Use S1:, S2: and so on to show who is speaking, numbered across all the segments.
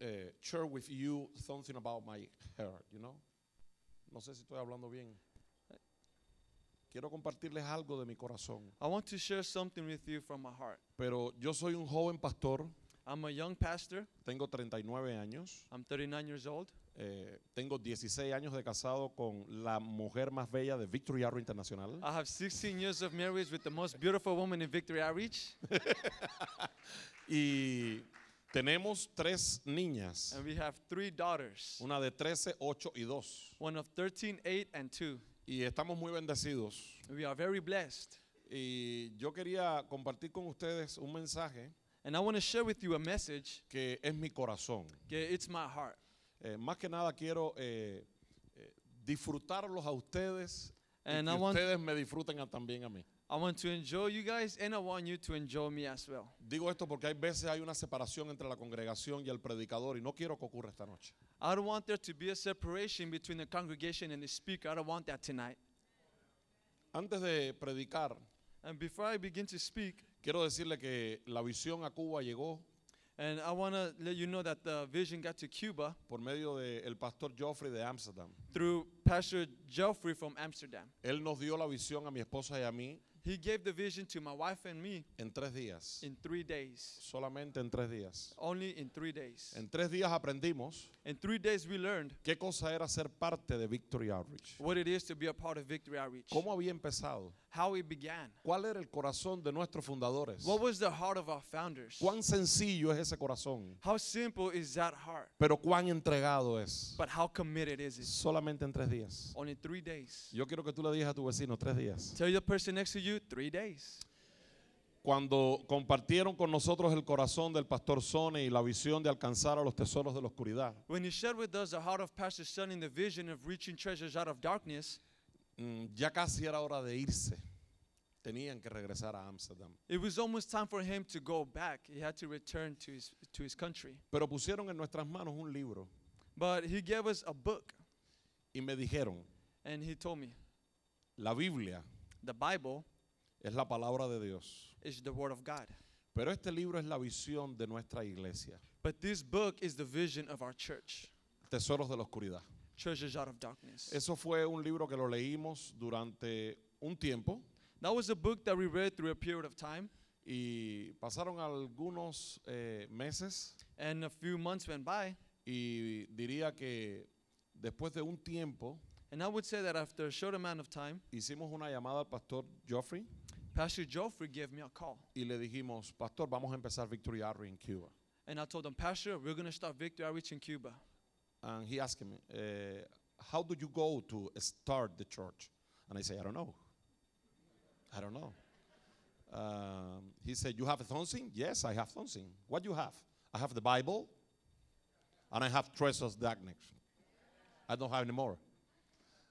S1: eh, share with you something about my hair, you know? No sé si estoy hablando bien. Quiero compartirles algo de mi corazón.
S2: I want to share something with you from my heart.
S1: Pero yo soy un joven pastor,
S2: I'm a young pastor.
S1: tengo 39 años,
S2: I'm 39 years old.
S1: eh, tengo 16 años de casado con la mujer más bella de Victory Arrow Internacional.
S2: I have 16 years of marriage with the most beautiful woman in Victory Outreach,
S1: Y tenemos tres niñas,
S2: and we have three daughters.
S1: una de 13, 8 y 2.
S2: One of 13, 8, and 2.
S1: Y estamos muy bendecidos.
S2: We are very blessed.
S1: Y yo quería compartir con ustedes un mensaje
S2: And I want to share with you a message.
S1: que es mi corazón.
S2: Yeah, It's my heart.
S1: Eh, más que nada quiero eh, eh, disfrutarlos a ustedes
S2: And
S1: y
S2: I
S1: que
S2: want,
S1: ustedes me disfruten a- también a mí.
S2: I want to enjoy you guys, and I want you to enjoy me as well.
S1: Digo esto porque hay veces hay una separación entre la congregación y el predicador y no quiero que ocurra esta noche.
S2: I don't want there to be a separation between the congregation and the speaker. I don't want that tonight.
S1: Antes de predicar,
S2: And before I begin to speak,
S1: quiero decirle que la visión a Cuba llegó
S2: and I want to let you know that the vision got to Cuba
S1: por medio del pastor Joffrey de Amsterdam.
S2: through Pastor Geoffrey from Amsterdam.
S1: Él nos dio la visión a mi esposa y a mí
S2: He gave the vision to my wife and me
S1: en tres días.
S2: in three days.
S1: Solamente en tres días.
S2: Only in three days.
S1: En tres días aprendimos
S2: In three days, we learned
S1: qué cosa era ser parte de Victory Outreach.
S2: what it is to be a part of Victory Outreach,
S1: ¿Cómo había empezado?
S2: how it began,
S1: ¿Cuál era el corazón de nuestros fundadores?
S2: what was the heart of our founders,
S1: ¿Cuán sencillo es ese corazón?
S2: how simple is that heart,
S1: Pero cuán entregado es.
S2: but how committed is it?
S1: Solamente en tres días.
S2: Only three days.
S1: Yo quiero que tú le digas a tu vecino, tres días.
S2: Tell your person next to you, three days.
S1: Cuando compartieron con nosotros el corazón del pastor Sone y la visión de alcanzar a los tesoros de la oscuridad,
S2: When he shared with us the heart of Pastor Son in the vision of reaching treasures out of darkness,
S1: mm, ya casi era hora de irse. Tenían que regresar a Ámsterdam.
S2: it was almost time for him to go back. He had to return to his, to his country.
S1: Pero pusieron en nuestras manos un libro
S2: But he gave us a book,
S1: y me dijeron,
S2: and he told me
S1: la Biblia
S2: the Bible
S1: es la palabra de Dios,
S2: is the Word of God.
S1: pero este libro es la visión de nuestra iglesia,
S2: But this book is the vision of our church,
S1: Tesoros de la Oscuridad.
S2: Treasures Out of Darkness.
S1: Eso fue un libro que lo leímos durante un tiempo
S2: that was a book that we read through a period of time,
S1: y pasaron algunos eh, meses
S2: and a few months went by.
S1: y diría que después de un tiempo
S2: And I would say that after a short amount of time,
S1: hicimos una llamada al pastor Joffrey
S2: Pastor Joffrey gave me a call.
S1: y le dijimos, pastor, vamos a empezar Victory Arrow en Cuba.
S2: And I told him, Pastor, we're going to start Victory Outreach in Cuba.
S1: And he asked me, eh, how do you go to start the church? And I say, I don't know. I don't know. Um, he said, you have something? Yes, I have something. What do you have? I have the Bible, and I have treasures darkness. I don't have any more.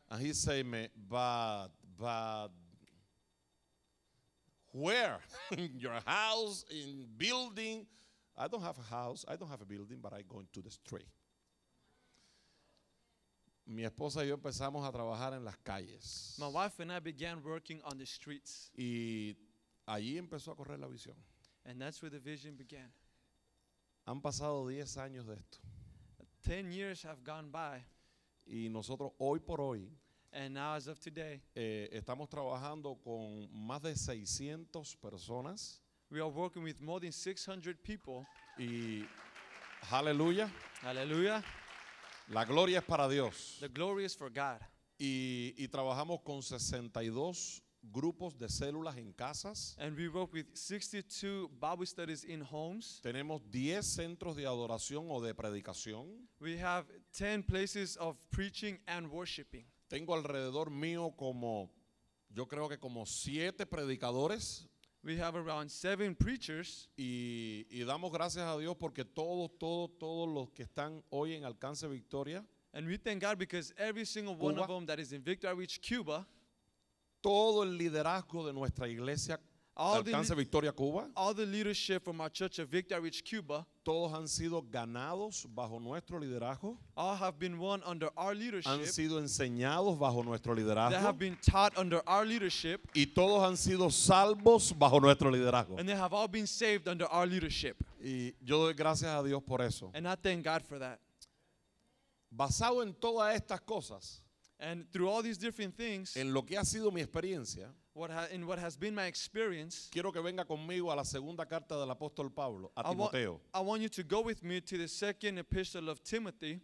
S1: And he said, me, but, but, where? in your house, in building? I don't have a house. I don't have a building, but I go into the street mi esposa y yo empezamos a trabajar en las calles.
S2: My wife and I began working on the streets,
S1: Y allí empezó a correr la visión.
S2: and that's where the vision began.
S1: Han pasado 10 años de esto.
S2: Ten years have gone by,
S1: Y nosotros hoy por hoy
S2: and now, as of today,
S1: eh, estamos trabajando con más de 600 personas.
S2: we are working with more than 600 people.
S1: Y aleluya,
S2: Hallelujah.
S1: la gloria es para Dios.
S2: The glory is for God.
S1: Y, y trabajamos con 62 grupos de células en casas.
S2: And we work with 62 Bible studies in homes.
S1: Tenemos 10 centros de adoración o de predicación.
S2: We have 10 places of preaching and worshiping.
S1: Tengo alrededor mío como, yo creo que como siete predicadores
S2: We have around seven preachers,
S1: y, y damos gracias a Dios porque todos, todos, todos los que están hoy en Alcance Victoria,
S2: and we thank God because every single one of
S1: Cuba.
S2: them that is in Victor Outreach Cuba,
S1: todo el liderazgo de nuestra iglesia
S2: All the,
S1: Alcance
S2: lea-
S1: Victoria Cuba,
S2: all the leadership from our church of Victor Reach Cuba
S1: todos han sido ganados bajo nuestro liderazgo,
S2: all have been won under our
S1: han
S2: leadership.
S1: sido enseñados bajo nuestro
S2: They have
S1: liderazgo
S2: been taught under our leadership.
S1: y todos han sido salvos bajo nuestro liderazgo.
S2: And they have all been saved under our leadership.
S1: Y yo doy gracias a Dios por eso.
S2: And I thank God for that.
S1: Basado en todas estas cosas,
S2: And through all these different things,
S1: en lo que ha sido mi experiencia,
S2: what ha- in what has been my experience,
S1: quiero que venga conmigo a la segunda carta del apóstol Pablo, a
S2: I, wa-
S1: Timoteo,
S2: I want you to go with me to the second epistle of Timothy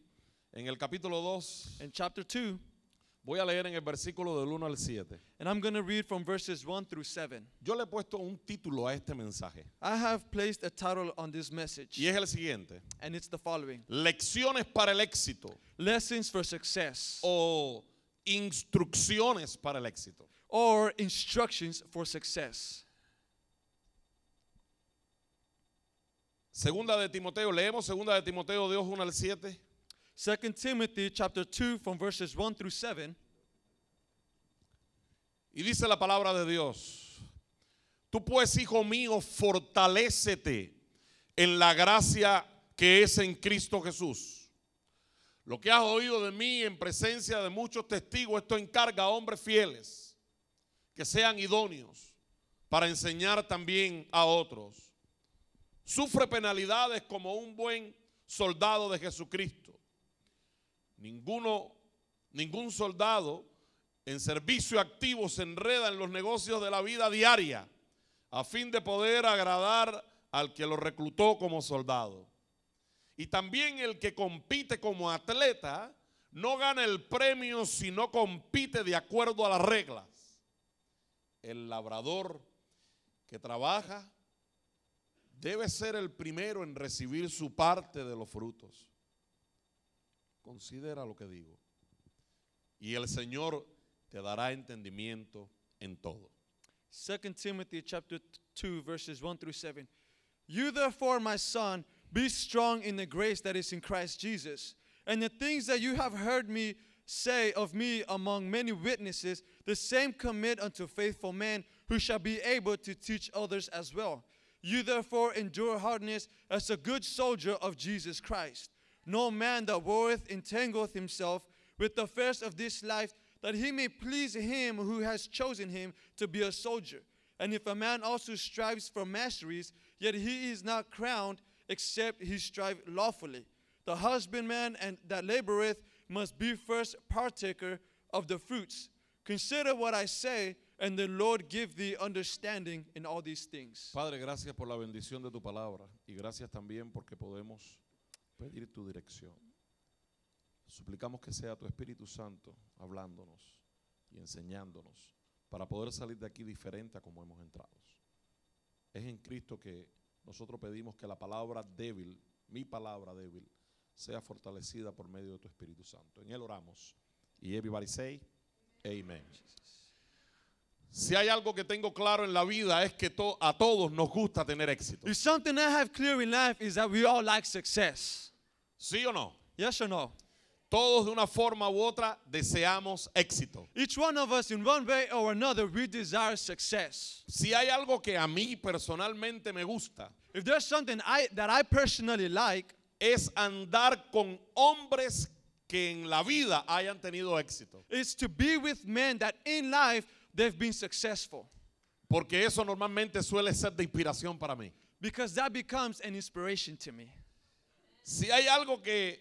S1: en el capítulo 2.
S2: in chapter 2.
S1: Voy a leer en el versículo del 1 al 7.
S2: And I'm going to read from verses 1 through 7.
S1: Yo le he puesto un título a este mensaje
S2: I have placed a title on this message,
S1: y es el siguiente.
S2: and it's the following
S1: Lecciones para el éxito
S2: Lessons for Success,
S1: o instrucciones para el éxito.
S2: or Instructions for Success.
S1: Segunda de Timoteo, leemos segunda de Timoteo 2, 1 al 7.
S2: 2 Timothy chapter 2, from verses 1 through 7.
S1: Y dice la palabra de Dios, tú pues, hijo mío, fortalécete en la gracia que es en Cristo Jesús. Lo que has oído de mí en presencia de muchos testigos, esto encarga a hombres fieles que sean idóneos para enseñar también a otros. Sufre penalidades como un buen soldado de Jesucristo. Ninguno, ningún soldado en servicio activo se enreda en los negocios de la vida diaria a fin de poder agradar al que lo reclutó como soldado. Y también el que compite como atleta no gana el premio si no compite de acuerdo a las reglas. El labrador que trabaja debe ser el primero en recibir su parte de los frutos. Considera lo que digo. Y el Señor te dará entendimiento en todo.
S2: 2 Timothy chapter t- 2 verses 1 through 7. You therefore, my son, be strong in the grace that is in Christ Jesus. And the things that you have heard me say of me among many witnesses, the same commit unto faithful men who shall be able to teach others as well. You therefore endure hardness as a good soldier of Jesus Christ. No man that warreth entangleth himself with the affairs of this life, that he may please him who has chosen him to be a soldier. And if a man also strives for masteries, yet he is not crowned, except he strive lawfully. The husbandman and that laboreth must be first partaker of the fruits. Consider what I say, and the Lord give thee understanding in all these things.
S1: Padre, gracias por la bendición de tu palabra y gracias también porque podemos pedir tu dirección. Suplicamos que sea tu Espíritu Santo hablándonos y enseñándonos para poder salir de aquí diferente a como hemos entrado. Es en Cristo que nosotros pedimos que la palabra débil, mi palabra débil, sea fortalecida por medio de tu Espíritu Santo. En Él oramos. Y everybody say, Amen. Si hay algo que tengo claro en la vida es que to- a todos nos gusta tener éxito.
S2: If something I have clear in life is that we all like success.
S1: ¿Sí o no?
S2: Yes or no?
S1: Todos de una forma u otra deseamos éxito.
S2: Each one of us, in one way or another, we desire success.
S1: Si hay algo que a mí personalmente me gusta
S2: If there's something I, that I personally like,
S1: es andar con hombres que en la vida hayan tenido éxito.
S2: is to be with men that in life they've been successful
S1: Porque eso normalmente suele ser de inspiración para mí.
S2: because that becomes an inspiration to me.
S1: Si hay algo que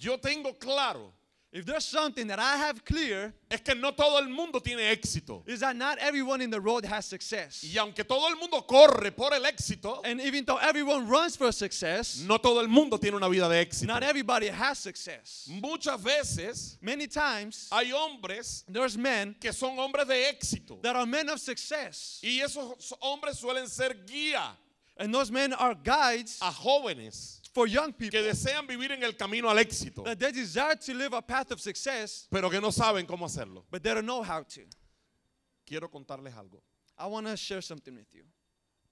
S1: yo tengo claro
S2: If there's something that I have clear,
S1: es que no todo el mundo tiene éxito.
S2: is that not everyone in the road has success.
S1: Y aunque todo el mundo corre por el éxito,
S2: And even though everyone runs for success,
S1: no todo el mundo tiene una vida de éxito.
S2: not everybody has success.
S1: Muchas veces
S2: Many times,
S1: hay hombres
S2: there's men
S1: que son hombres de éxito.
S2: that are men of success,
S1: Y esos hombres suelen ser guía
S2: and those men are guides
S1: a jóvenes
S2: for young
S1: Ah. que
S2: people
S1: desean vivir en el camino al éxito,
S2: that they desire to live a path of success,
S1: pero que no saben cómo hacerlo.
S2: but they don't know how to.
S1: Quiero contarles algo.
S2: I want to share something with you.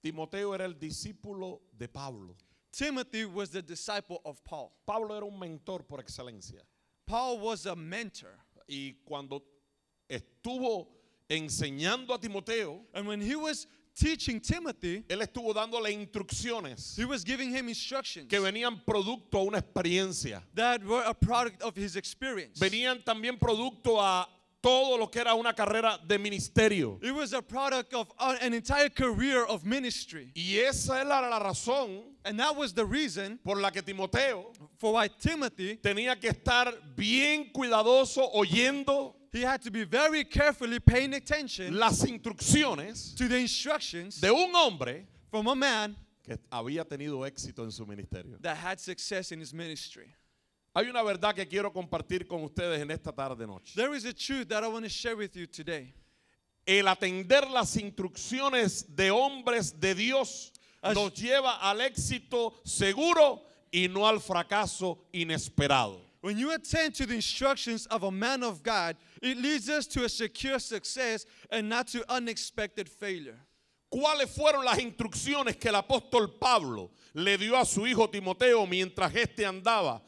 S1: Timoteo era el discípulo de Pablo.
S2: Timothy was the disciple of Paul.
S1: Pablo era un mentor por excelencia.
S2: Paul was a mentor.
S1: Y cuando estuvo enseñando a Timoteo,
S2: And when he was teaching Timothy,
S1: Él estuvo dándole instrucciones
S2: he was giving him instructions
S1: que venían producto a una experiencia.
S2: that were a product of his experience.
S1: Venían también producto a todo lo que era una carrera de ministerio.
S2: It was a product of uh, an entire career of ministry.
S1: Y esa era la razón
S2: And that was the reason
S1: por la que Timoteo
S2: for why Timothy,
S1: tenía que estar bien cuidadoso oyendo
S2: he had to be very carefully paying attention
S1: las instrucciones
S2: to the instructions
S1: de un hombre
S2: from a man
S1: que había tenido éxito en su ministerio.
S2: that had success in his ministry.
S1: Hay una verdad que quiero compartir con ustedes en esta tarde noche.
S2: There is a truth that I want to share with you today.
S1: El atender las instrucciones de hombres de Dios
S2: As-
S1: nos lleva al éxito seguro y no al fracaso inesperado.
S2: When you attend to the instructions of a man of God, it leads us to a secure success and not to unexpected failure.
S1: ¿Cuáles fueron las instrucciones que el apóstol Pablo le dio a su hijo Timoteo mientras éste andaba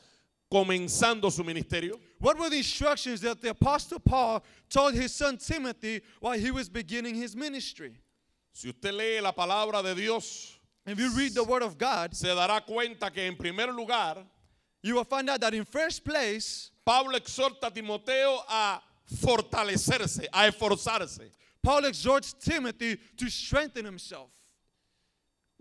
S1: comenzando su ministerio?
S2: What were the instructions that the Apostle Paul told his son Timothy while he was beginning his ministry?
S1: Si usted lee la palabra de Dios,
S2: If you read the Word of God,
S1: se dará cuenta que en primer lugar,
S2: you will find out that in first place,
S1: Pablo exhorta a Timoteo a fortalecerse, a esforzarse.
S2: Paul exhorts Timothy to strengthen himself.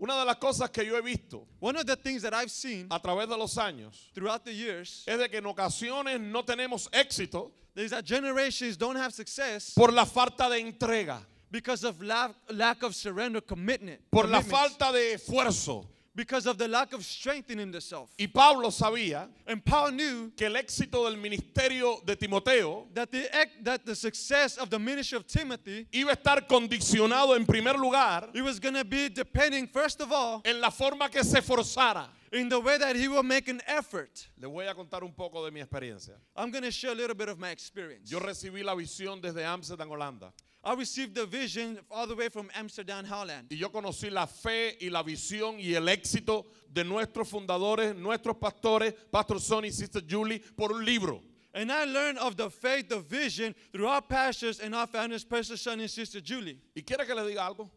S1: Una de las cosas que yo he visto
S2: One of the things that I've seen
S1: a través de los años
S2: throughout the years
S1: es de que en ocasiones no tenemos éxito
S2: is that generations don't have success
S1: por la falta de entrega,
S2: because of lack, lack of surrender commitment.
S1: por la
S2: commitments.
S1: falta de esfuerzo.
S2: because of the lack of strengthening themselves.
S1: Y Pablo sabía
S2: And Paul knew
S1: que el éxito del ministerio de Timoteo
S2: that the ec- that the success of the ministry of Timothy
S1: iba a estar condicionado en primer lugar
S2: it was going to be depending first of all
S1: en la forma que se esforzara.
S2: in the way that he will make an effort.
S1: Les voy a contar un poco de mi experiencia.
S2: I'm going to share a little bit of my experience.
S1: Yo recibí la visión desde Amsterdam, Holanda.
S2: I received the vision all the way from Amsterdam, Holland.
S1: Y yo conocí la fe y la visión y el éxito de nuestros fundadores, nuestros pastores, Pastor Sonny y Sister Julie, por un libro.
S2: And I learned of the faith, the vision through our pastors and our founders, Pastor Son and Sister Julie.
S1: ¿Y quiere que le diga algo?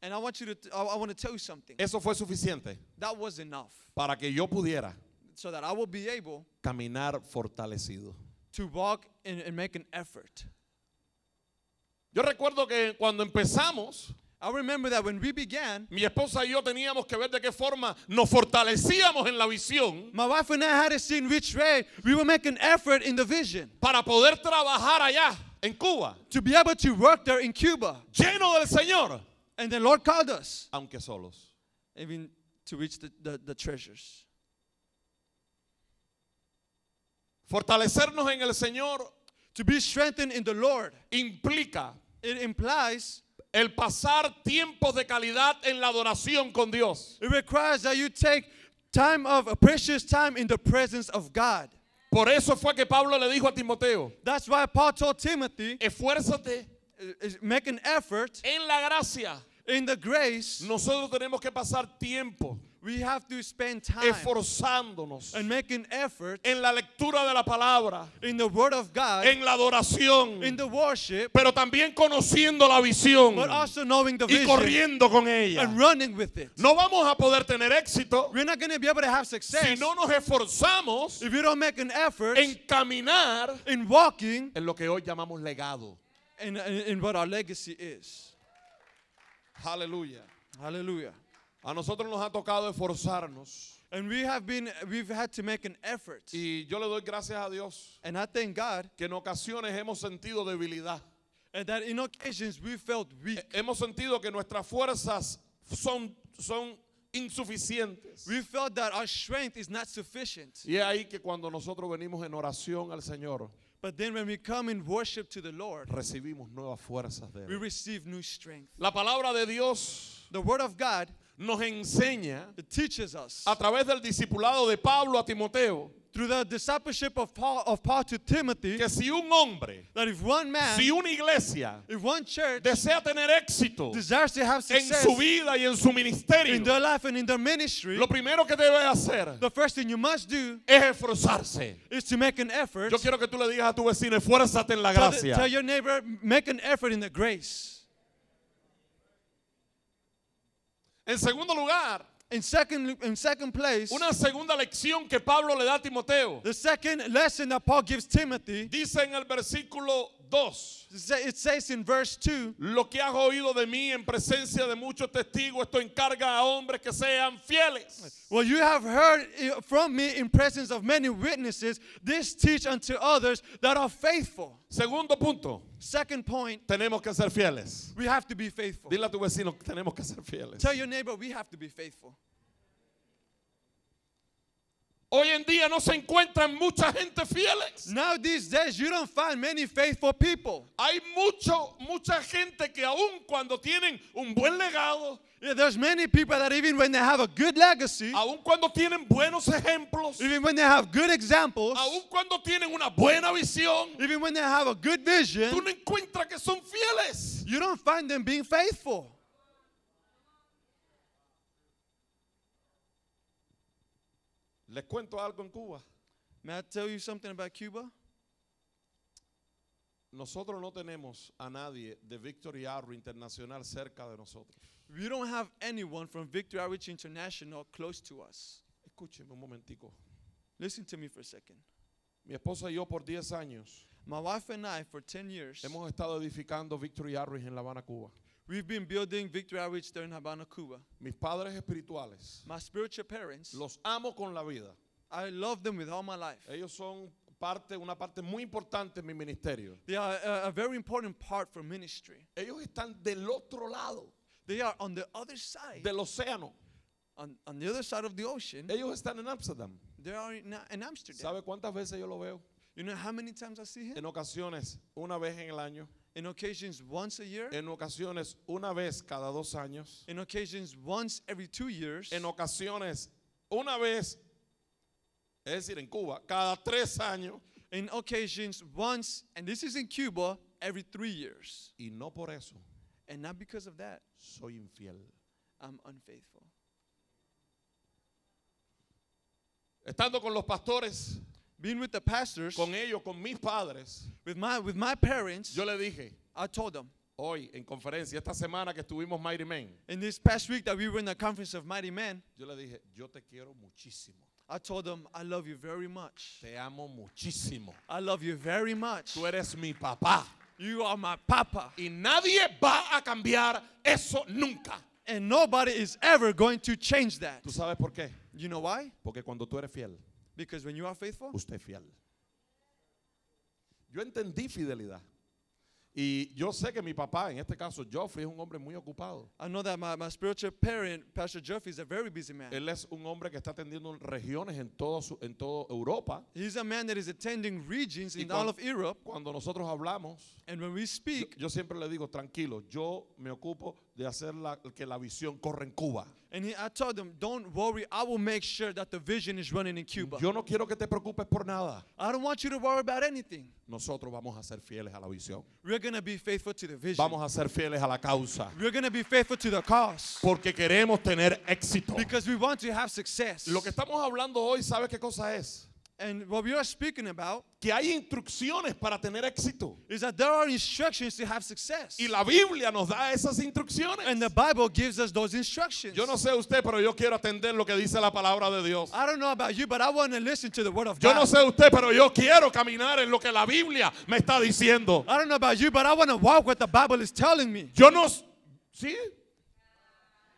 S2: And I want you to, t- I want to tell you something.
S1: Eso fue suficiente
S2: That was enough
S1: para que yo pudiera
S2: so that I will be able
S1: caminar fortalecido.
S2: to walk and, and make an effort.
S1: Yo recuerdo que cuando empezamos,
S2: I remember that when we began,
S1: mi esposa y yo teníamos que ver de qué forma nos fortalecíamos en la visión
S2: my wife and I had to see in which way we will make an effort in the vision
S1: para poder trabajar allá en Cuba,
S2: to be able to work there in Cuba.
S1: lleno del Señor,
S2: And the Lord called us
S1: aunque solos.
S2: even to reach the, the, the treasures.
S1: Fortalecernos en el Señor
S2: To be strengthened in the Lord,
S1: implica
S2: it implies,
S1: El pasar tiempos de calidad en la adoración con Dios.
S2: it requires that you take time of a precious time in the presence of God.
S1: Por eso fue que Pablo le dijo a Timoteo,
S2: That's why Paul told Timothy,
S1: esfuérzate
S2: i- is make an effort
S1: en la gracia.
S2: in the grace.
S1: Nosotros tenemos que pasar tiempo
S2: We have to spend time
S1: esforzándonos
S2: and make an effort
S1: en la lectura de la palabra,
S2: in the Word of God.
S1: en la
S2: in
S1: adoración,
S2: the worship,
S1: pero también conociendo la visión
S2: but also knowing the
S1: y
S2: vision
S1: corriendo con ella.
S2: and running with it.
S1: No vamos a poder tener éxito
S2: We're not going to be able to have
S1: si
S2: success
S1: no nos esforzamos
S2: if you don't make an effort
S1: en caminar
S2: in walking
S1: en lo que hoy llamamos legado.
S2: in, in, in what our legacy is.
S1: Aleluya.
S2: Hallelujah.
S1: A nosotros nos ha tocado esforzarnos.
S2: And we have been, we've had to make an effort.
S1: Y yo le doy gracias a Dios
S2: And I thank God
S1: que en ocasiones hemos sentido debilidad.
S2: and that in occasions we felt weak.
S1: Hemos sentido que nuestras fuerzas son, son insuficientes.
S2: We felt that our strength is not sufficient.
S1: Y es ahí que cuando nosotros venimos en oración al Señor,
S2: But then when we come in worship to the Lord,
S1: recibimos nuevas fuerzas de
S2: we
S1: Él.
S2: receive new strength.
S1: La palabra de Dios
S2: The Word of God
S1: nos enseña
S2: it teaches us
S1: a través del discipulado de Pablo a Timoteo
S2: through the discipleship of Paul, of Paul to Timothy
S1: que si un hombre,
S2: that if one man,
S1: si una iglesia
S2: if one church
S1: desea tener éxito
S2: desires to have
S1: en su
S2: success
S1: vida y en su
S2: in
S1: ministerio,
S2: their life and in their ministry,
S1: Lo primero que debes hacer
S2: the first thing you must do
S1: es esforzarse.
S2: is to make an effort.
S1: Yo quiero que tú le digas a tu vecino, esfuérzate en la
S2: Tell, the- tell
S1: gracia.
S2: your neighbor, make an effort in the grace.
S1: En segundo lugar,
S2: In second, in second place,
S1: una segunda lección que Pablo le da a Timoteo.
S2: the second lesson that Paul gives Timothy,
S1: Dice en el versículo 2,
S2: it sa- it says in verse 2,
S1: lo que has oído de mí en presencia de muchos testigos, esto encarga a hombres que sean fieles.
S2: Well, you have heard i- from me in presence of many witnesses, this teach unto others that are faithful.
S1: Segundo punto,
S2: Second point,
S1: tenemos que ser fieles.
S2: we have to be faithful.
S1: Dile a tu vecino que tenemos que ser fieles.
S2: Tell your neighbor, we have to be faithful.
S1: Hoy en día no se encuentran mucha gente fieles.
S2: Now, these days, you don't find many faithful people.
S1: Hay mucho, mucha gente que aun cuando tienen un buen legado,
S2: Yeah, there's many people that even when they have a good legacy,
S1: aun cuando tienen buenos ejemplos,
S2: even when they have good examples,
S1: aun cuando tienen una buena visión,
S2: even when they have a good
S1: tú
S2: vision,
S1: no encuentras que son fieles.
S2: you don't find them being faithful.
S1: Les cuento algo en Cuba.
S2: May I tell you something about Cuba?
S1: Nosotros no tenemos a nadie de Victory Arrow Internacional cerca de nosotros.
S2: We don't have anyone from Victory Outreach International close to us.
S1: Escúcheme un momentico.
S2: Listen to me for a second.
S1: Mi esposa y yo por 10 años
S2: My wife and I, for 10 years,
S1: hemos estado edificando Victory Arrow en La Habana, Cuba.
S2: we've been building Victory Outreach there in Havana, Cuba.
S1: Mis padres espirituales,
S2: My spiritual parents,
S1: los amo con la vida.
S2: I love them with all my life.
S1: Ellos son parte, una parte muy importante en mi ministerio.
S2: They are a, a very important part for ministry.
S1: Ellos están del otro lado
S2: They are on the other side,
S1: del océano.
S2: on, on the other side of the ocean.
S1: Ellos están en Amsterdam.
S2: They are in, uh, in Amsterdam.
S1: ¿Sabe cuántas veces yo lo veo?
S2: You know how many times I see him?
S1: En ocasiones, una vez en el año.
S2: In occasions, once a year.
S1: En ocasiones, una vez cada dos años.
S2: In occasions, once every two years.
S1: En ocasiones, una vez, es decir, en Cuba, cada tres años.
S2: in occasions once, and this is in Cuba, every three years.
S1: Y no por eso
S2: And not because of that,
S1: soy infiel.
S2: I'm unfaithful.
S1: Estando con los pastores,
S2: Being with the pastors,
S1: con ellos, con mis padres,
S2: with my with my parents,
S1: yo le dije
S2: I told them
S1: hoy en conferencia, esta semana que estuvimos Mighty Men,
S2: in this past week that we were in the conference of mighty men,
S1: yo le dije, yo te quiero muchísimo,
S2: I told them I love you very much.
S1: te amo muchísimo,
S2: I love you very much.
S1: tú eres mi papá
S2: You are my papa,
S1: y nadie va a cambiar eso nunca.
S2: and nobody is ever going to change that.
S1: ¿Tú sabes por qué?
S2: You know why?
S1: Porque cuando tú eres fiel,
S2: Because when you are faithful,
S1: usted es fiel. Yo entendí fidelidad. Y yo sé que mi papá, en este caso Joffrey, es un hombre muy ocupado.
S2: I know that my, my spiritual parent, Pastor Jeffrey, is a very busy man.
S1: Él es un hombre que está atendiendo regiones en todo su- en toda Europa.
S2: He's a man that is attending regions
S1: Y
S2: in
S1: cuan-
S2: all of Europe,
S1: Cuando nosotros hablamos,
S2: and when we
S1: yo,
S2: speak,
S1: yo siempre le digo, tranquilo, yo me ocupo de hacer la- que la visión corra en Cuba.
S2: and he, I told him, "Don't worry, I will make sure that the vision is running in Cuba.
S1: Yo no quiero que te preocupes por nada.
S2: I don't want you to worry about anything.
S1: Nosotros vamos a ser fieles a la visión.
S2: We're gonna be faithful to the vision.
S1: Vamos a ser fieles a la causa.
S2: We're gonna be faithful to the cause
S1: Porque queremos tener éxito.
S2: because we want to have success.
S1: Lo que estamos hablando hoy, ¿sabe qué cosa es?
S2: and what we are speaking about
S1: Que hay instrucciones para tener éxito.
S2: is that there are instructions to have success,
S1: Y la Biblia nos da esas instrucciones.
S2: and the Bible gives us those instructions.
S1: Yo no sé usted, pero yo quiero atender lo que dice la palabra de Dios.
S2: I don't know about you, but I want to listen to the word of
S1: Yo
S2: God.
S1: no sé usted, pero yo quiero caminar en lo que la Biblia me está diciendo.
S2: I don't know about you, but I want to walk what the Bible is telling me.
S1: Yo no. s- ¿Sí?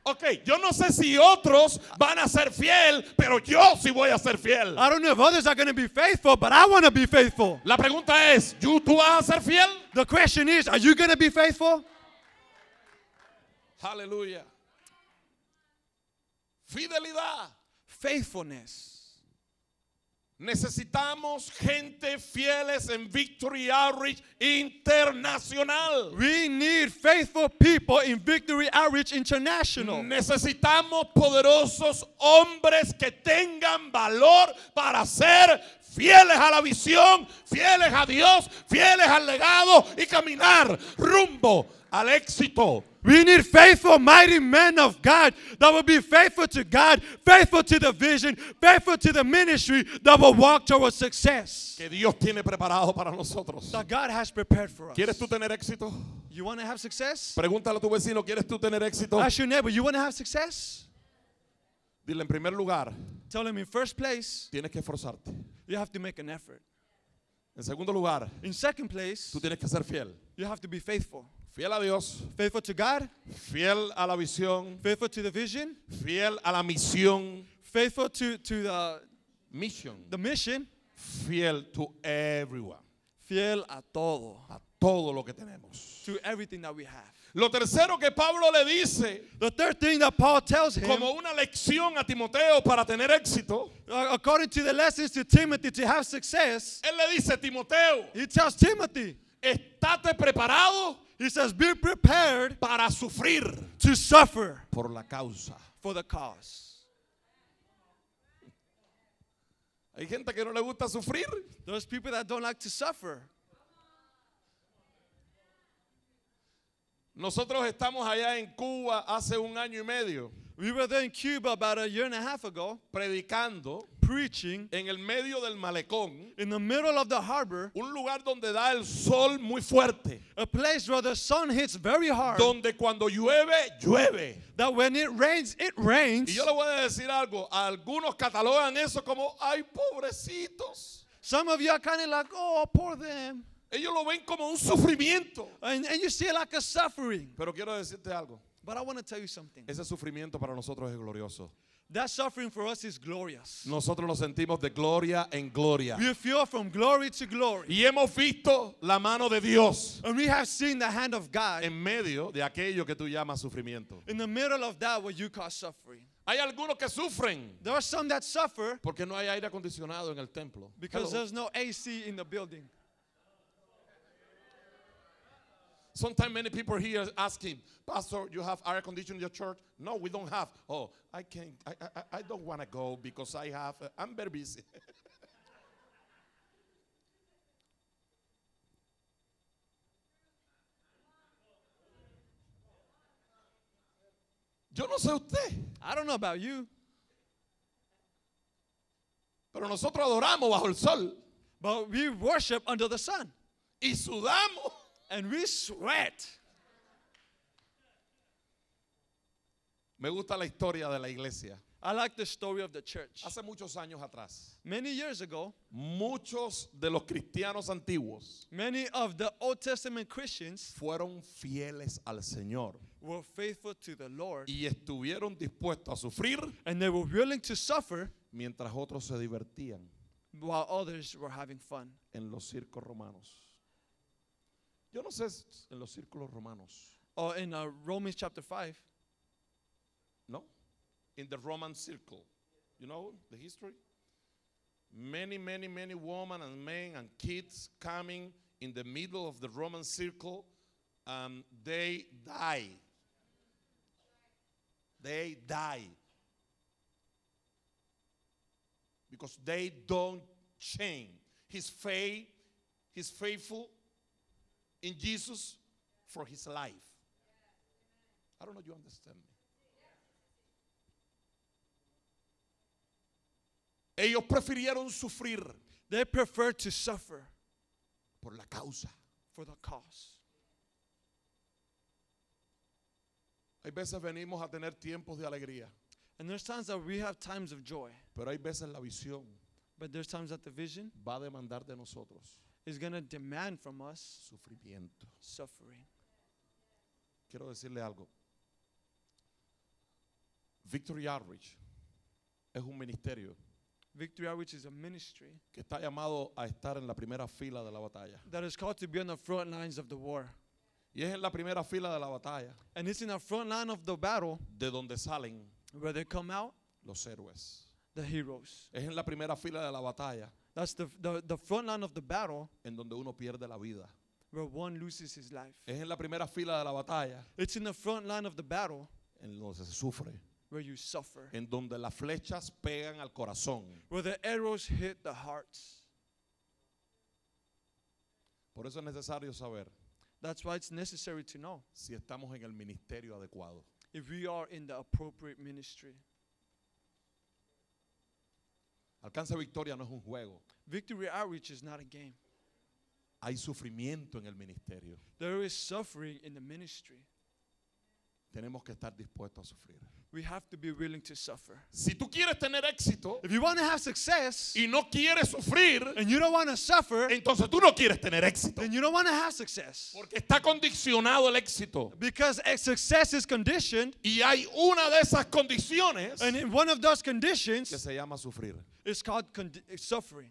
S1: Ok, yo no sé si otros van a ser fiel, pero yo sí voy a ser fiel.
S2: I don't know if others are going to be faithful, but I want to be faithful.
S1: La pregunta es, ¿yo- ¿tú vas a ser fiel?
S2: The question is, are you going to be faithful?
S1: Aleluya. Fidelidad.
S2: Faithfulness.
S1: Necesitamos gente fieles en Victory Outreach Internacional.
S2: We need faithful people in Victory Outreach International.
S1: Mm. Necesitamos poderosos hombres que tengan valor para ser fieles a la visión, fieles a Dios, fieles al legado y caminar rumbo al éxito.
S2: We need faithful, mighty men of God that will be faithful to God, faithful to the vision, faithful to the ministry that will walk towards success
S1: Que Dios tiene preparado para nosotros.
S2: that God has prepared for us.
S1: ¿Quieres tú tener éxito?
S2: You want to have success?
S1: Pregúntale a tu vecino, ¿quieres tú tener éxito?
S2: Ask your neighbor, you want to have success?
S1: Dile, en primer lugar,
S2: Tell him in first place,
S1: tienes que esforzarte.
S2: you have to make an effort.
S1: En segundo lugar,
S2: In second place,
S1: tú tienes que ser fiel.
S2: you have to be faithful.
S1: Fiel a Dios,
S2: Faithful to God,
S1: fiel a la visión,
S2: faithful to the vision,
S1: fiel a la misión,
S2: faithful to, to the,
S1: mission,
S2: the mission,
S1: fiel to everyone,
S2: fiel a todo,
S1: a todo lo que tenemos.
S2: to everything that we have.
S1: Lo tercero que Pablo le dice
S2: The third thing that Paul tells him,
S1: como una lección a Timoteo para tener éxito,
S2: uh, according to the lessons to Timothy to have success,
S1: él le dice, Timoteo,
S2: he tells Timothy,
S1: estate preparado
S2: he says, be prepared
S1: para sufrir
S2: to suffer
S1: por la causa.
S2: for the cause.
S1: Hay gente que no le gusta sufrir.
S2: Those people that don't like to suffer.
S1: Nosotros estamos allá en Cuba hace un año y medio
S2: We were there in Cuba about a year and a half ago,
S1: predicando
S2: preaching
S1: en el medio del malecón,
S2: in the middle of the harbor,
S1: un lugar donde da el sol muy fuerte,
S2: a place where the sun hits very hard,
S1: donde cuando llueve, llueve.
S2: that when it rains, it rains.
S1: Y yo le voy a decir algo, algunos catalogan eso como, ay, pobrecitos.
S2: Some of you are kind of like, oh, poor them.
S1: Ellos lo ven como un sufrimiento.
S2: And, and you see it like a suffering.
S1: Pero quiero decirte algo,
S2: But I want to tell you something.
S1: ese sufrimiento para nosotros es glorioso.
S2: That suffering for us is glorious.
S1: Nosotros lo sentimos de gloria en gloria.
S2: We feel from glory to glory.
S1: Y hemos visto la mano de Dios
S2: And we have seen the hand of God
S1: en medio de aquello que tú llamas sufrimiento.
S2: in the middle of that what you call suffering.
S1: Hay algunos que sufren
S2: There are some that suffer
S1: porque no hay aire acondicionado en el templo.
S2: because
S1: Hello.
S2: there's no AC in the building.
S1: Sometimes many people here asking, Pastor, you have air conditioning in your church? No, we don't have. Oh, I can't. I, I- I, I don't want to go because I have. uh, I'm very busy. Yo no sé usted,
S2: I don't know about you,
S1: pero nosotros adoramos bajo el sol
S2: but we worship under the sun
S1: y sudamos.
S2: and we sweat.
S1: Me gusta la historia de la iglesia.
S2: I like the story of the church.
S1: Hace muchos años atrás,
S2: Many years ago,
S1: muchos de los cristianos antiguos
S2: many of the Old Testament Christians
S1: fueron fieles al Señor
S2: were faithful to the Lord
S1: y estuvieron dispuestos a sufrir
S2: and they were willing to suffer
S1: mientras otros se divertían
S2: while others were having fun.
S1: en los circos romanos. Yo no sé s- en los círculos romanos,
S2: Or in uh, Romans chapter 5,
S1: ¿no? In the Roman circle, you know the history. Many, many, many women and men and kids coming in the middle of the Roman circle, and they die. They die. Because they don't change. His faith, he's faithful in Jesus for his life. I don't know if you understand me. Ellos prefirieron sufrir
S2: they preferred to suffer
S1: por la causa.
S2: for the cause.
S1: Hay veces venimos a tener tiempos de alegría,
S2: And there's times that we have times of joy,
S1: pero hay veces la visión
S2: but there's times that the vision
S1: va a demandar de nosotros
S2: is going to demand from us
S1: sufrimiento.
S2: suffering.
S1: Quiero decirle algo. Victory Outreach es un ministerio
S2: Victory Outreach is a ministry
S1: que está llamado a estar en la primera fila de la batalla.
S2: that is called to be on the front lines of the war.
S1: Y es en la primera fila de la batalla
S2: And it's in the front line of the battle
S1: de donde salen
S2: where they come out
S1: los héroes.
S2: the heroes.
S1: Es en la primera fila de la batalla
S2: That's the, the, the front line of the battle
S1: en donde uno pierde la vida.
S2: where one loses his life.
S1: Es en la primera fila de la batalla
S2: It's in the front line of the battle
S1: en donde se sufre.
S2: where you suffer,
S1: en donde las flechas pegan al corazón.
S2: where the arrows hit the hearts.
S1: Por eso es necesario saber
S2: That's why it's necessary to know
S1: si estamos en el ministerio adecuado.
S2: if we are in the appropriate ministry.
S1: Alcance victoria no es un juego,
S2: Victory Outreach is not a game,
S1: Hay sufrimiento en el ministerio.
S2: There is suffering in the ministry.
S1: Tenemos que estar dispuestos a sufrir.
S2: We have to be willing to suffer.
S1: Si tú quieres tener éxito
S2: If you want to have success
S1: y no quieres sufrir,
S2: and you don't want to suffer,
S1: entonces tú no quieres tener éxito.
S2: then you don't want to have success.
S1: Porque está condicionado el éxito.
S2: Because ex- success is conditioned,
S1: Y hay una de esas condiciones
S2: and in one of those
S1: que
S2: conditions
S1: se llama sufrir.
S2: is called condi- suffering.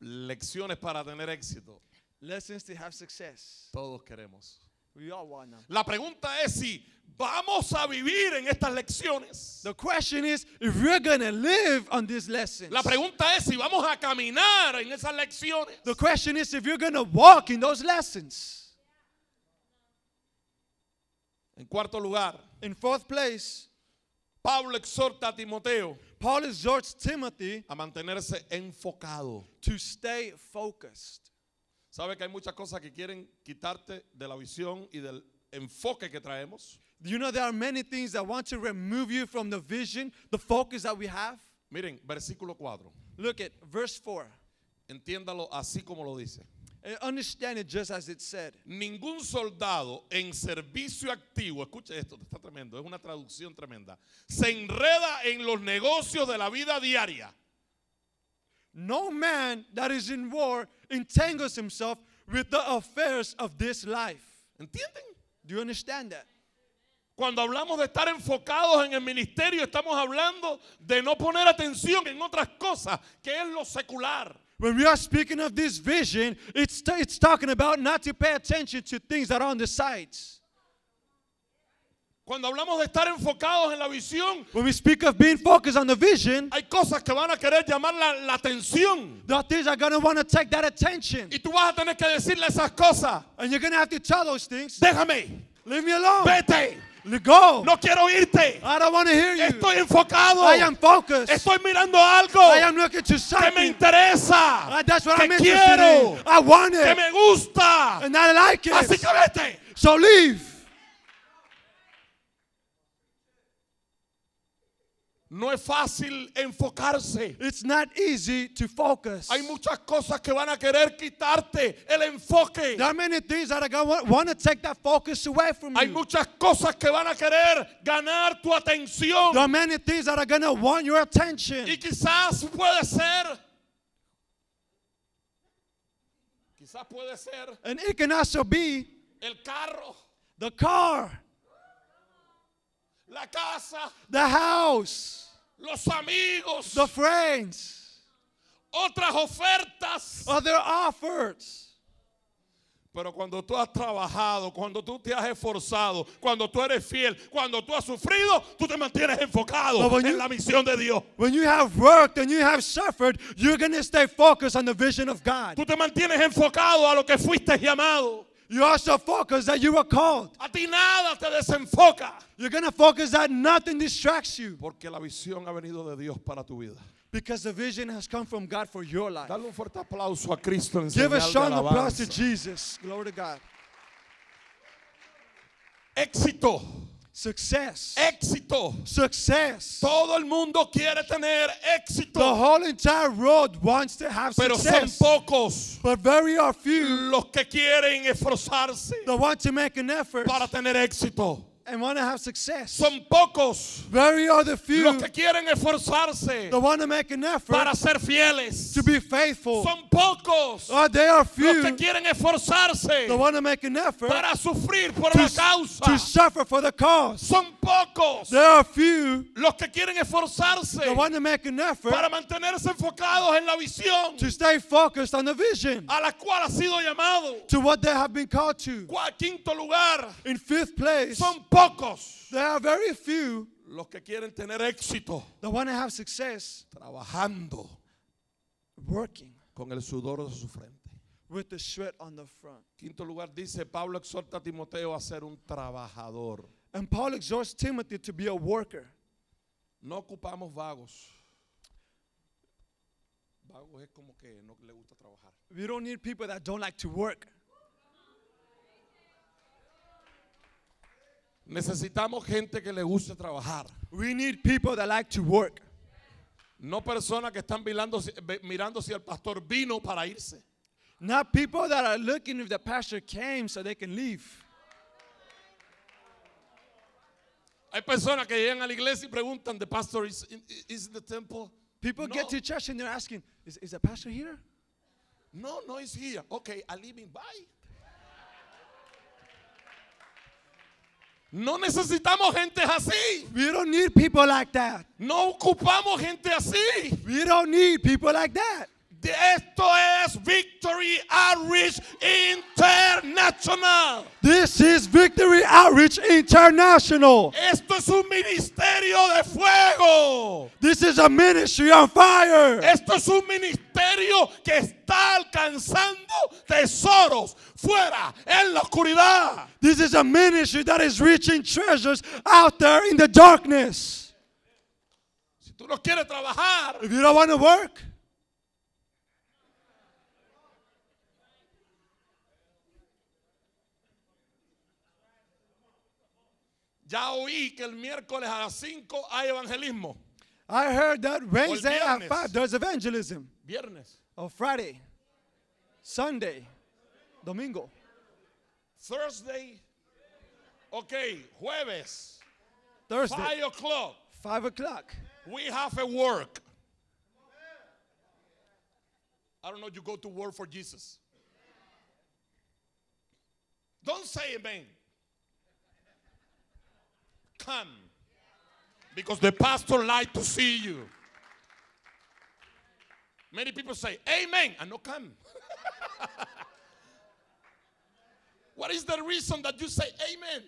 S1: Lecciones para tener éxito.
S2: Lessons to have success.
S1: Todos queremos.
S2: We all want them.
S1: La pregunta es si vamos a vivir en estas lecciones.
S2: The question is if we're going to live on these lessons.
S1: La pregunta es si vamos a caminar en esas lecciones.
S2: The question is if you're going to walk in those lessons.
S1: En cuarto lugar,
S2: In fourth place,
S1: Pablo exhorta a Timoteo
S2: Paul exhorts Timothy
S1: a mantenerse enfocado.
S2: to stay focused.
S1: Sabe que hay muchas cosas que quieren quitarte de la visión y del enfoque que traemos.
S2: You know, there are many things that want to remove you from the vision, the focus that we have.
S1: Miren, versículo 4.
S2: Look at verse 4.
S1: Entiéndalo así como lo dice.
S2: And understand it just as it said.
S1: Ningún soldado en servicio activo, escuche esto, está tremendo, es una traducción tremenda, se enreda en los negocios de la vida diaria,
S2: No man that is in war entangles himself with the affairs of this life.
S1: ¿entienden?
S2: Do you understand that?
S1: Cuando hablamos de estar enfocados en el ministerio, estamos hablando de no poner atención en otras cosas, que es lo secular.
S2: When we are speaking of this vision, it's, t- it's talking about not to pay attention to things that are on the sides.
S1: Cuando hablamos de estar enfocados en la visión,
S2: When we speak of being focused on the vision,
S1: hay cosas que van a querer llamar la, la atención.
S2: there are things that are going to want to take that attention.
S1: Y tú vas a tener que decirle esas cosas.
S2: And you're going to have to tell those things,
S1: Déjame,
S2: leave me alone.
S1: vete,
S2: Let go.
S1: no quiero irte.
S2: I don't want to hear you.
S1: Estoy enfocado.
S2: I am focused.
S1: Estoy mirando algo
S2: I am looking
S1: que
S2: to
S1: me
S2: something.
S1: interesa,
S2: Uh, That's what
S1: que
S2: I'm interested
S1: quiero,
S2: in. I want
S1: que
S2: it.
S1: me gusta.
S2: And I like it.
S1: Así que vete.
S2: So leave.
S1: No es fácil enfocarse.
S2: It's not easy to focus.
S1: Hay muchas cosas que van a querer quitarte el enfoque.
S2: There are many things that are going to want to take that focus away from
S1: Hay
S2: you.
S1: muchas cosas que van a querer ganar tu atención.
S2: There are many things that are going to want your attention.
S1: Y quizás puede ser. Quizás puede ser
S2: And it can also be
S1: el carro,
S2: the car,
S1: la casa,
S2: the house,
S1: los amigos,
S2: the friends,
S1: otras ofertas.
S2: other offers.
S1: Pero cuando tú has trabajado, cuando tú te has esforzado, cuando tú eres fiel, cuando tú has sufrido, tú te mantienes enfocado
S2: Pero
S1: en
S2: yo-
S1: la misión de Dios.
S2: When you have worked and you have suffered, you're going to stay focused on the vision of God.
S1: Tú te mantienes enfocado a lo que fuiste llamado.
S2: You also focus that you are called.
S1: A ti nada te desenfoca.
S2: You're going to focus that nothing distracts you
S1: Porque la visión ha venido de Dios para tu vida.
S2: because the vision has come from God for your life.
S1: Dale un fuerte aplauso a Cristo en
S2: Give a
S1: señal de
S2: strong applause to
S1: alabanza.
S2: Jesus. Glory to God.
S1: Éxito,
S2: Success.
S1: éxito.
S2: Success.
S1: Todo el mundo quiere tener éxito,
S2: The whole entire world wants to have
S1: pero son
S2: success,
S1: pocos
S2: but very are few
S1: los que quieren esforzarse
S2: that want to make an effort
S1: para tener éxito.
S2: and want to have success.
S1: Son pocos
S2: Very are the few
S1: los que quieren esforzarse
S2: that want to make an effort
S1: para ser fieles.
S2: to be faithful.
S1: Son pocos
S2: Oh, they are
S1: los
S2: few
S1: que quieren esforzarse
S2: that want to make an effort
S1: para sufrir por
S2: to,
S1: la
S2: s- to
S1: causa.
S2: suffer for the cause.
S1: Son pocos
S2: There are few
S1: los que quieren esforzarse
S2: that want to make an effort
S1: para mantenerse enfocados en la visión
S2: to stay focused on the vision
S1: a la cual ha sido llamado.
S2: to what they have been called to.
S1: Cua- Quinto lugar,
S2: In fifth place,
S1: son pocos
S2: there are very few
S1: los que quieren tener éxito
S2: that want to have success
S1: trabajando
S2: working
S1: con el sudor de su frente.
S2: with the sweat on the front.
S1: Quinto lugar dice, Pablo exhorta a Timoteo a ser un trabajador.
S2: And Paul exhorts Timothy to be a worker.
S1: No ocupamos vagos. Vagos es como que no le gusta trabajar.
S2: We don't need people that don't like to work.
S1: Necesitamos gente que le guste trabajar.
S2: We need people that like to work.
S1: No personas que están mirando, si- ve- mirando si el pastor vino para irse.
S2: Not people that are looking if the pastor came so they can leave.
S1: Hay personas que llegan a la iglesia y preguntan, ¿The pastor is in, is in the temple?
S2: People get
S1: No.
S2: to church and they're asking, is, is the pastor here?
S1: No, no is here. Okay, I leave him. Bye. No necesitamos gente así.
S2: We don't need people like that.
S1: No ocupamos gente así.
S2: We don't need people like that.
S1: De esto es Victory Outreach International.
S2: This is Victory Outreach International.
S1: Esto es un ministerio de fuego.
S2: This is a ministry on fire.
S1: Esto es un ministerio que está alcanzando tesoros fuera en la oscuridad.
S2: This is a ministry that is reaching treasures out there in the darkness.
S1: Si tú no quieres trabajar,
S2: If you don't want to work,
S1: ya oí que el miércoles a las 5 hay evangelismo.
S2: I heard that Wednesday at
S1: viernes.
S2: 5 there's evangelism.
S1: Viernes.
S2: Or Friday, Sunday, Domingo.
S1: Thursday. Ok, jueves.
S2: Thursday,
S1: 5 o'clock.
S2: 5 o'clock.
S1: We have a work. I don't know, you go to work for Jesus. Don't say amen. Come. Because the pastor like to see you. Many people say amen and no come. what is the reason that you say amen?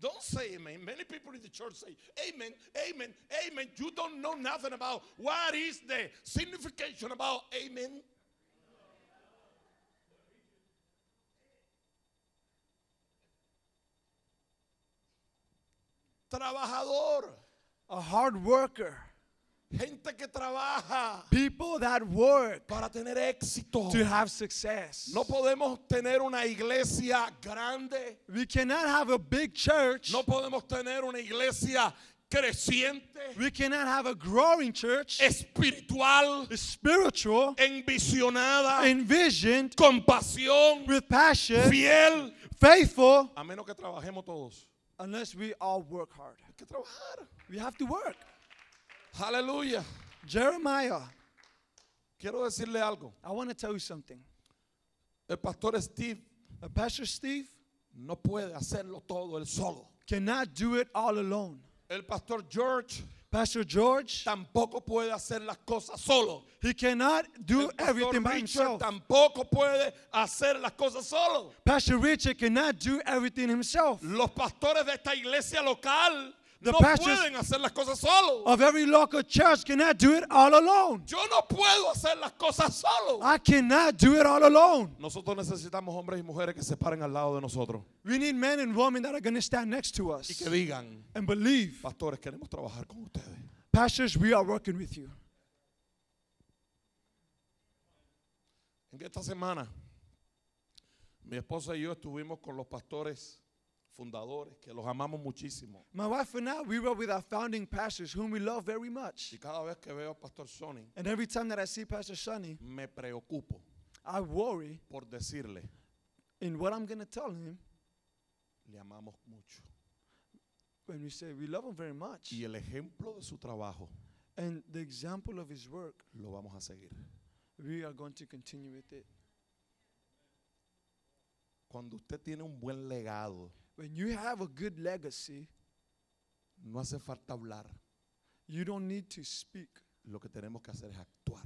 S1: Don't say amen. Many people in the church say amen, amen, amen. You don't know nothing about what is the signification about amen. Trabajador,
S2: A hard worker.
S1: gente que trabaja
S2: People that work
S1: para tener éxito.
S2: to have success.
S1: No podemos tener una iglesia grande.
S2: We cannot have a big church.
S1: No podemos tener una iglesia creciente.
S2: We cannot have a growing
S1: Eh.
S2: church,
S1: espiritual,
S2: spiritual,
S1: Eh. envisionada,
S2: envisioned,
S1: con pasión,
S2: with passion,
S1: fiel.
S2: faithful,
S1: A menos que trabajemos todos.
S2: unless we all work hard.
S1: Hay que trabajar.
S2: We have to work.
S1: Aleluya.
S2: Jeremiah,
S1: Quiero decirle algo.
S2: I want to tell you something.
S1: El pastor Steve
S2: Uh, Pastor Steve
S1: no puede hacerlo todo él solo.
S2: cannot do it all alone.
S1: El pastor George
S2: Pastor George,
S1: tampoco puede hacer las cosas solo.
S2: he cannot do
S1: El pastor
S2: everything by
S1: Richard
S2: himself.
S1: tampoco puede hacer las cosas solo.
S2: Pastor Richard cannot do everything himself.
S1: Los pastores de esta iglesia local
S2: The
S1: no
S2: pastors-
S1: pueden hacer las cosas solo.
S2: Of every local church cannot do it all alone.
S1: Yo no puedo hacer las cosas solo.
S2: I cannot do it all alone.
S1: Nosotros necesitamos hombres y mujeres que se paren al lado de nosotros
S2: We need men and women that are going to stand next to
S1: y
S2: us
S1: que digan,
S2: and believe,
S1: pastores, queremos trabajar con ustedes.
S2: pastors, we are working with you.
S1: En esta semana, mi esposa y yo estuvimos con los pastores fundadores, que los amamos muchísimo.
S2: My wife and I, we were with our founding pastors, whom we love very much.
S1: Y cada vez que veo al pastor Sonny,
S2: And every time that I see Pastor Sonny,
S1: me preocupo
S2: I worry
S1: por decirle,
S2: in what I'm going to tell him
S1: le amamos mucho.
S2: when we say we love him very much.
S1: Y el ejemplo de su trabajo
S2: And the example of his work,
S1: lo vamos a seguir.
S2: we are going to continue with it.
S1: Cuando usted tiene un buen legado,
S2: When you have a good legacy,
S1: no hace falta hablar.
S2: you don't need to speak.
S1: Lo que tenemos que hacer es actuar.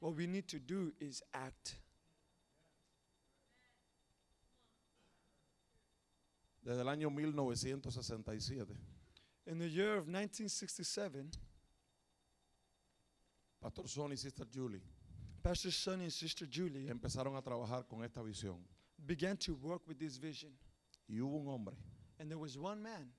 S2: What we need to do is act.
S1: Desde el año 1967.
S2: In the year of 1967,
S1: Pastor Sonny y Sister Julie
S2: Pastor Sonny and Sister Julie
S1: empezaron a trabajar con esta visión.
S2: began to work with this vision.
S1: Y hubo un hombre
S2: And there was one man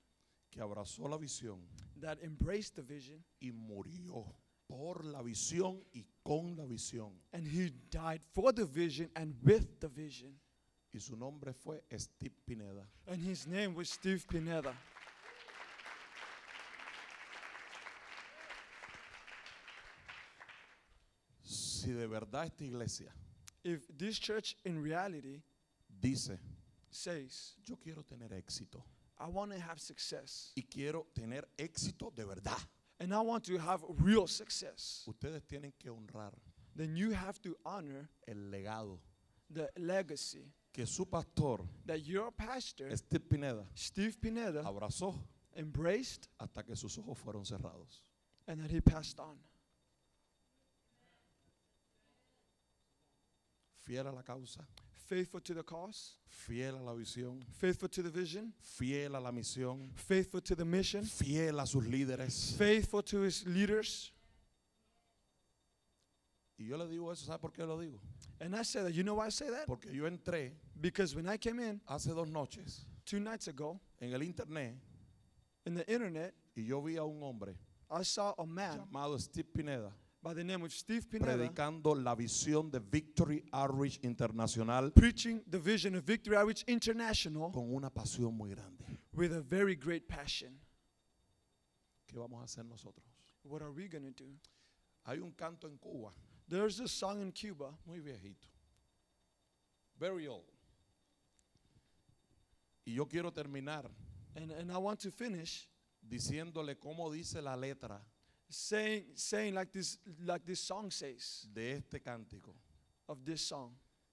S1: que abrazó la visión
S2: that embraced the vision
S1: y murió por la visión y con la visión.
S2: and he died for the vision and with the vision.
S1: Y su nombre fue Steve Pineda.
S2: And his name was Steve Pineda.
S1: si de verdad esta iglesia
S2: If this church in reality
S1: dice,
S2: says,
S1: yo quiero tener éxito
S2: I want to have success
S1: y quiero tener éxito de verdad,
S2: and I want to have real success,
S1: ustedes tienen que honrar
S2: then you have to honor
S1: el legado
S2: the legacy
S1: que su pastor,
S2: that your pastor,
S1: Steve Pineda,
S2: Steve Pineda,
S1: abrazó
S2: embraced
S1: hasta que sus ojos fueron cerrados.
S2: and that he passed on.
S1: Fiel a la causa,
S2: Faithful to the cause,
S1: fiel a la visión,
S2: faithful to the vision,
S1: fiel a la misión,
S2: faithful to the mission,
S1: fiel a sus líderes.
S2: faithful to his leaders.
S1: Y yo le digo eso, ¿sabe por qué lo digo?
S2: And I said that, you know why I say that?
S1: Porque yo entré
S2: Because when I came in
S1: hace dos noches
S2: two nights ago
S1: en el internet
S2: in the internet,
S1: y yo vi a un hombre
S2: I saw a man
S1: llamado Steve Pineda
S2: by the name of Steve Pineda
S1: predicando la visión de Victory Outreach Internacional
S2: preaching the vision of Victory Outreach International
S1: con una pasión muy grande.
S2: with a very great passion.
S1: ¿Qué vamos a hacer nosotros?
S2: What are we going to do?
S1: Hay un canto en Cuba
S2: There's a song in Cuba.
S1: muy viejito. Very old. Y yo quiero terminar
S2: And, and I want to finish
S1: diciéndole cómo dice la letra
S2: saying saying like this like this song says
S1: de este cántico.
S2: of this song.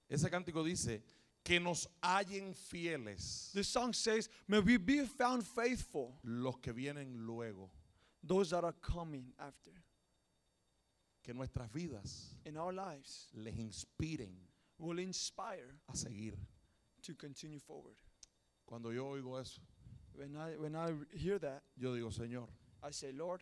S1: Ese cántico dice que nos hallen fieles
S2: This song says, "May we be found faithful,
S1: los que vienen luego,
S2: those that are coming after
S1: que nuestras vidas
S2: in our lives
S1: les inspiren
S2: will inspire
S1: a seguir.
S2: to continue forward."
S1: Cuando yo oigo eso,
S2: When I when I hear that,
S1: yo digo, Señor,
S2: I say, "Lord,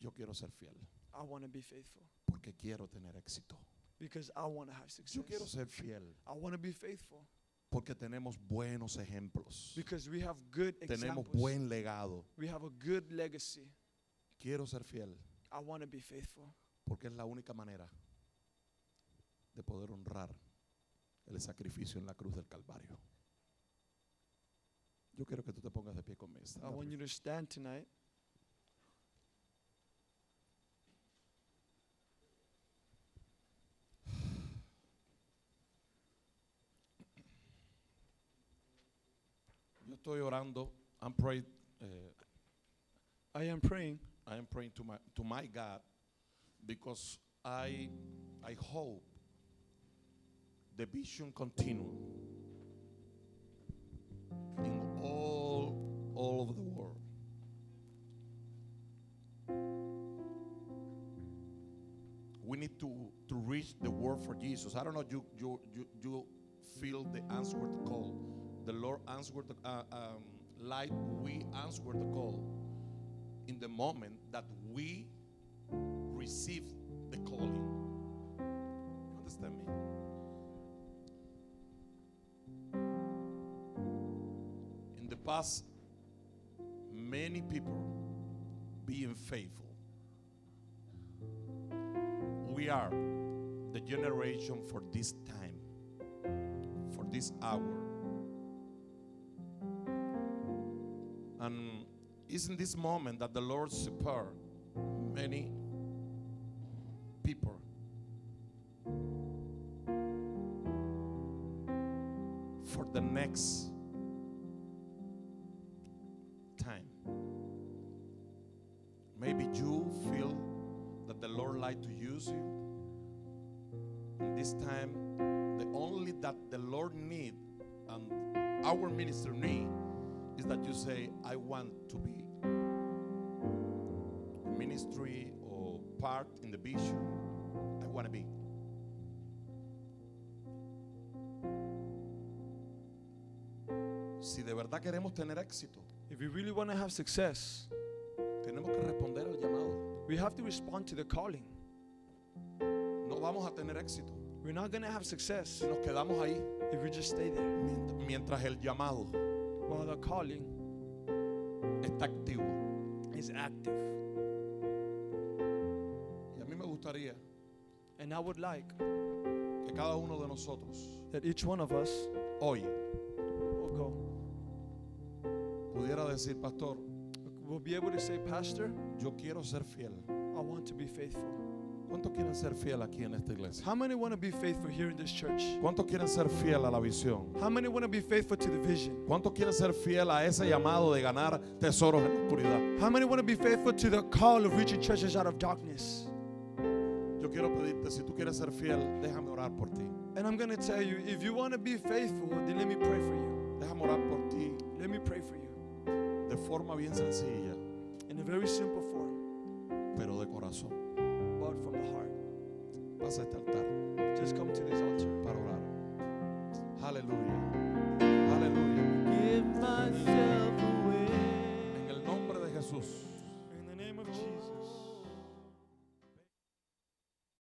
S1: yo quiero ser fiel
S2: I want to be faithful
S1: porque quiero tener éxito.
S2: because I want to have
S1: Yo quiero
S2: success.
S1: ser fiel
S2: I want to be faithful
S1: porque tenemos buenos ejemplos.
S2: because we have good
S1: Tenemos
S2: examples.
S1: buen legado.
S2: We have a good legacy.
S1: Quiero ser fiel
S2: I want to be faithful
S1: porque es la única manera de poder honrar el sacrificio en la cruz del Calvario. Yo quiero que tú te pongas de pie conmigo. Stand
S2: I
S1: up,
S2: want you
S1: please.
S2: to stand tonight.
S1: Yo estoy orando. I'm praying, eh,
S2: I am praying
S1: I am praying to my to my God because I I hope the vision continue in all all over the world. We need to to reach the world for Jesus. I don't know you you you, you feel the answer to call. The Lord answered the uh, um, like we answered the call in the moment that we receive the calling. You understand me? In the past, many people being faithful. We are the generation for this time, for this hour. And it's in this moment that the Lord spared many people for the next time. Maybe you feel that the Lord like to use you. In this time, the only that the Lord need and our minister need is that you say, I want to be in ministry or part in the vision. I want to be. Si de verdad queremos tener éxito,
S2: if we really want to have success,
S1: tenemos que responder al llamado.
S2: we have to respond to the calling.
S1: No vamos a tener éxito
S2: We're not going to have success
S1: si nos quedamos ahí
S2: if we just stay there
S1: mient- mientras el llamado
S2: while the calling
S1: está activo.
S2: is active.
S1: Y a mí me gustaría
S2: And I would like
S1: que cada uno de nosotros
S2: that each one of us
S1: hoy
S2: will go.
S1: pudiera decir, pastor,
S2: We'll be able to say, Pastor,
S1: yo quiero ser fiel.
S2: I want to be faithful.
S1: ¿Cuántos quieren ser fiel aquí en esta iglesia?
S2: How many want to be faithful here in this church?
S1: ¿Cuántos quieren ser fiel a la visión?
S2: How many want to be faithful to the vision?
S1: ¿Cuántos quieren ser fiel a ese llamado de ganar tesoros en la oscuridad?
S2: How many want to be faithful to the call of reaching treasures out of darkness?
S1: Yo quiero pedirte, si tú quieres ser fiel, déjame orar por ti.
S2: And I'm going to tell you if you want to be faithful, then let me pray for you.
S1: Déjame orar por ti
S2: Let me pray for you
S1: de forma bien sencilla,
S2: in a very simple form,
S1: pero de corazón.
S2: but from the heart.
S1: Pasa a este altar
S2: Just come to this altar.
S1: para orar. Aleluya.